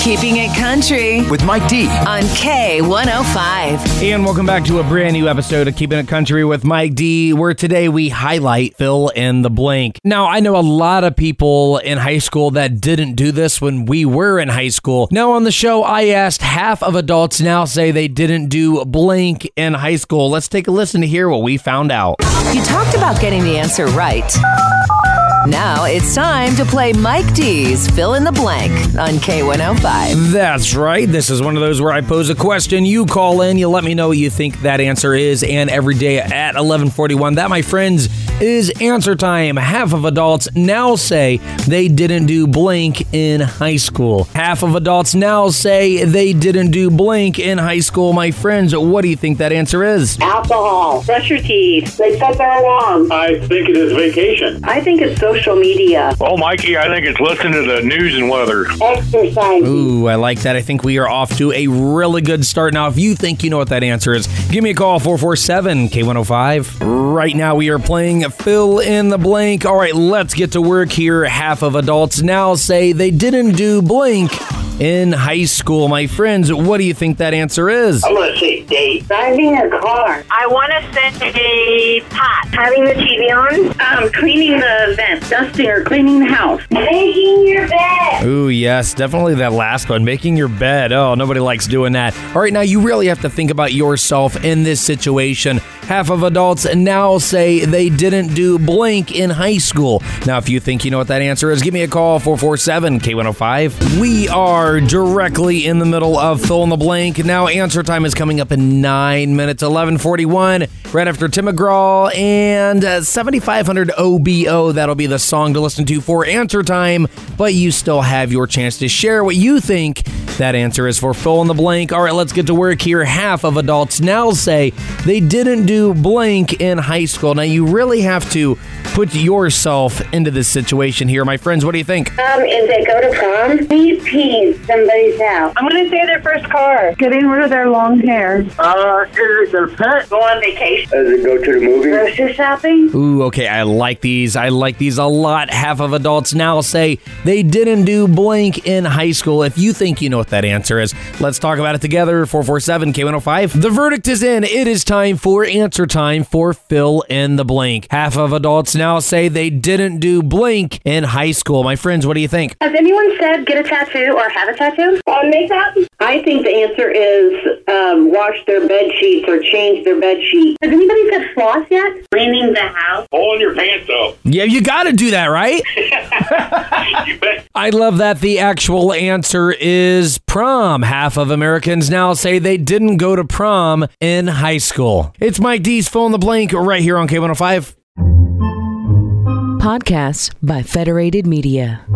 Keeping it country with Mike D. on K105. And welcome back to a brand new episode of Keeping It Country with Mike D, where today we highlight fill in the blank. Now, I know a lot of people in high school that didn't do this when we were in high school. Now, on the show, I asked half of adults now say they didn't do blank in high school. Let's take a listen to hear what we found out. You talked about getting the answer right. Now it's time to play Mike D's Fill in the Blank on K105. That's right. This is one of those where I pose a question, you call in, you let me know what you think that answer is, and every day at 11:41, that my friends is answer time. Half of adults now say they didn't do blank in high school. Half of adults now say they didn't do blank in high school. My friends, what do you think that answer is? Alcohol. Brush your teeth. They said they're alarmed. I think it is vacation. I think it's social media. Oh, Mikey, I think it's listening to the news and weather. Exercise. Ooh, I like that. I think we are off to a really good start. Now, if you think you know what that answer is, give me a call 447 K105. Right now, we are playing fill in the blank. All right, let's get to work here. Half of adults now say they didn't do blank in high school. My friends, what do you think that answer is? I'm going to say date. Driving a car. I want to say pot. Having the TV on. Um, cleaning the vent. Dusting or cleaning the house. Making your bed. Ooh, yes, definitely that last one. Making your bed. Oh, nobody likes doing that. All right, now you really have to think about yourself in this situation. Half of adults now say they didn't do blank in high school. Now, if you think you know what that answer is, give me a call 447 K105. We are directly in the middle of fill in the blank. Now, answer time is coming up in nine minutes, 1141, right after Tim McGraw and uh, 7500 OBO. That'll be the song to listen to for answer time, but you still have your chance to share what you think that answer is for fill in the blank. All right, let's get to work here. Half of adults now say they didn't do blank in high school. Now, you really have to put yourself into this situation here. My friends, what do you think? Um, if they go to prom. We peed somebody's house. I'm going to say their first car. Getting rid of their long hair. Uh, is it their pet? Go on vacation. Does it go to the movie? Grocery shopping. Ooh, okay, I like these. I like these a lot. Half of adults now say they didn't do blank in high school. If you think you know what that answer is, let's talk about it together. 447 K105. The verdict is in. It is time for answer time for fill in the blank. Half of adults now say they didn't do blank in high school. My friends, what do you think? Has anyone said get a tattoo or have a tattoo? Um, On makeup? I think the answer is um, wash their bed sheets or change their bed sheet. Has anybody said floss yet? Cleaning the house. Pulling your pants up. Yeah, you got to do that, right? You bet. I love that the actual answer is prom. Half of Americans now say they didn't go to prom in high school. It's Mike D's Fill in the Blank right here on K105. Podcasts by Federated Media.